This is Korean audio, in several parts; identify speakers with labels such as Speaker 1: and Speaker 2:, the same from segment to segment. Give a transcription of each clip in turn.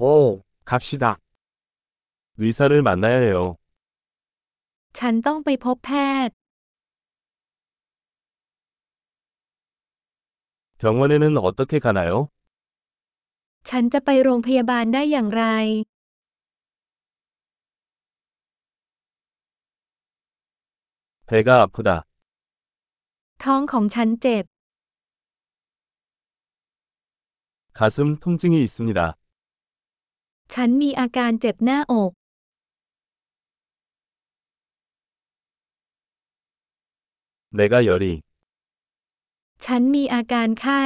Speaker 1: 오, 갑시다. 의사를 만나야 해요.
Speaker 2: ฉันต้องไปพบแพทย์
Speaker 1: 병원에는 어떻게 가나요?
Speaker 2: ฉันจะไปโรงพยาบาลได้อย่างไร
Speaker 1: 배가 아프다.
Speaker 2: ท้องของฉันเจ็บ
Speaker 1: 가슴 통증이 있습니다.
Speaker 2: ฉันมีอาการเจ็บหน้าอก
Speaker 1: 내가 열이.
Speaker 2: ฉันมีอาการไข้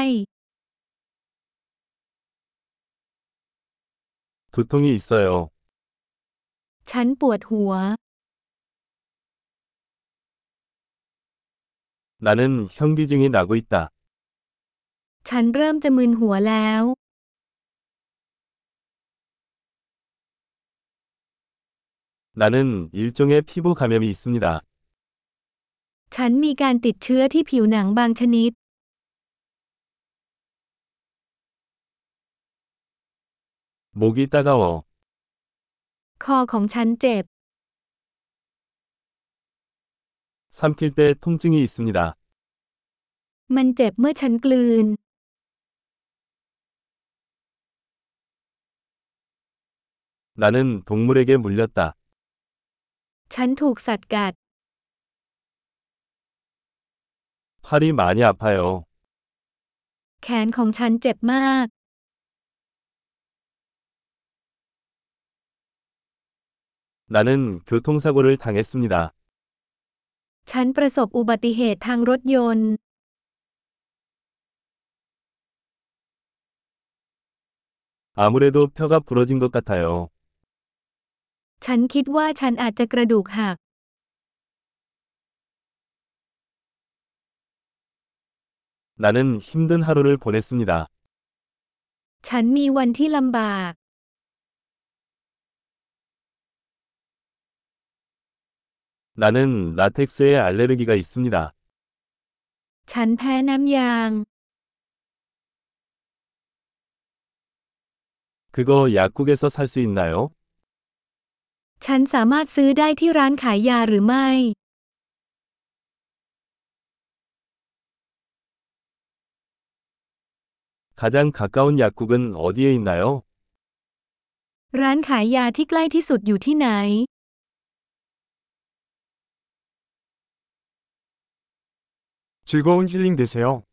Speaker 1: 두통이 있어요.
Speaker 2: ฉันปวดหัว
Speaker 1: 나는 현기증이 나고 있다.
Speaker 2: ฉันเริ่มจะมึนหัวแล้ว
Speaker 1: 나는 일종의 피부 감염이 있습니다.
Speaker 2: ฉันมีการติดเชื้อที่ผิวหนังบางชนิด
Speaker 1: 목이 따가워.
Speaker 2: คอของฉันเจ็บ
Speaker 1: 삼킬 때 통증이 있습니다.
Speaker 2: มันเจ็บเมื่อฉันกลืน
Speaker 1: 나는 동물에게 물렸다.
Speaker 2: ฉันถูกสัตว์กัด
Speaker 1: 팔이 많이 아파요.
Speaker 2: แขนของฉันเจ็บมาก
Speaker 1: 나는 교통사고를 당했습니다.
Speaker 2: ฉันประสบอุบัติเหตุทางรถยนต์
Speaker 1: 아무래도 뼈가 부러진 것 같아요.
Speaker 2: ฉันคิดว่าฉันอาจจะกระดูกหัก
Speaker 1: 나는 힘든 하루를 보냈습니다.
Speaker 2: ฉันมีวันที่ลำบาก
Speaker 1: 나는 라텍스에 알레르기가 있습니다.
Speaker 2: ฉันแพ้น้ำยาง
Speaker 1: 그거 약국에서 살 수 있나요?
Speaker 2: ฉันสามารถซื้อได้ที่ร้านขายยาหรือไม่
Speaker 1: 가장 가까운 약국은 어디에 있나요?
Speaker 2: ร้านขายยาที่ใกล้ที่สุดอยู่ที่ไหน
Speaker 3: 즐거운 힐링 되세요.